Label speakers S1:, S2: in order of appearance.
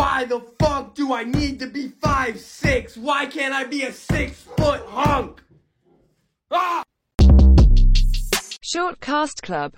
S1: Why the fuck do I need to be five six? Why can't I be a six foot hunk? Ah!
S2: Short Cast Club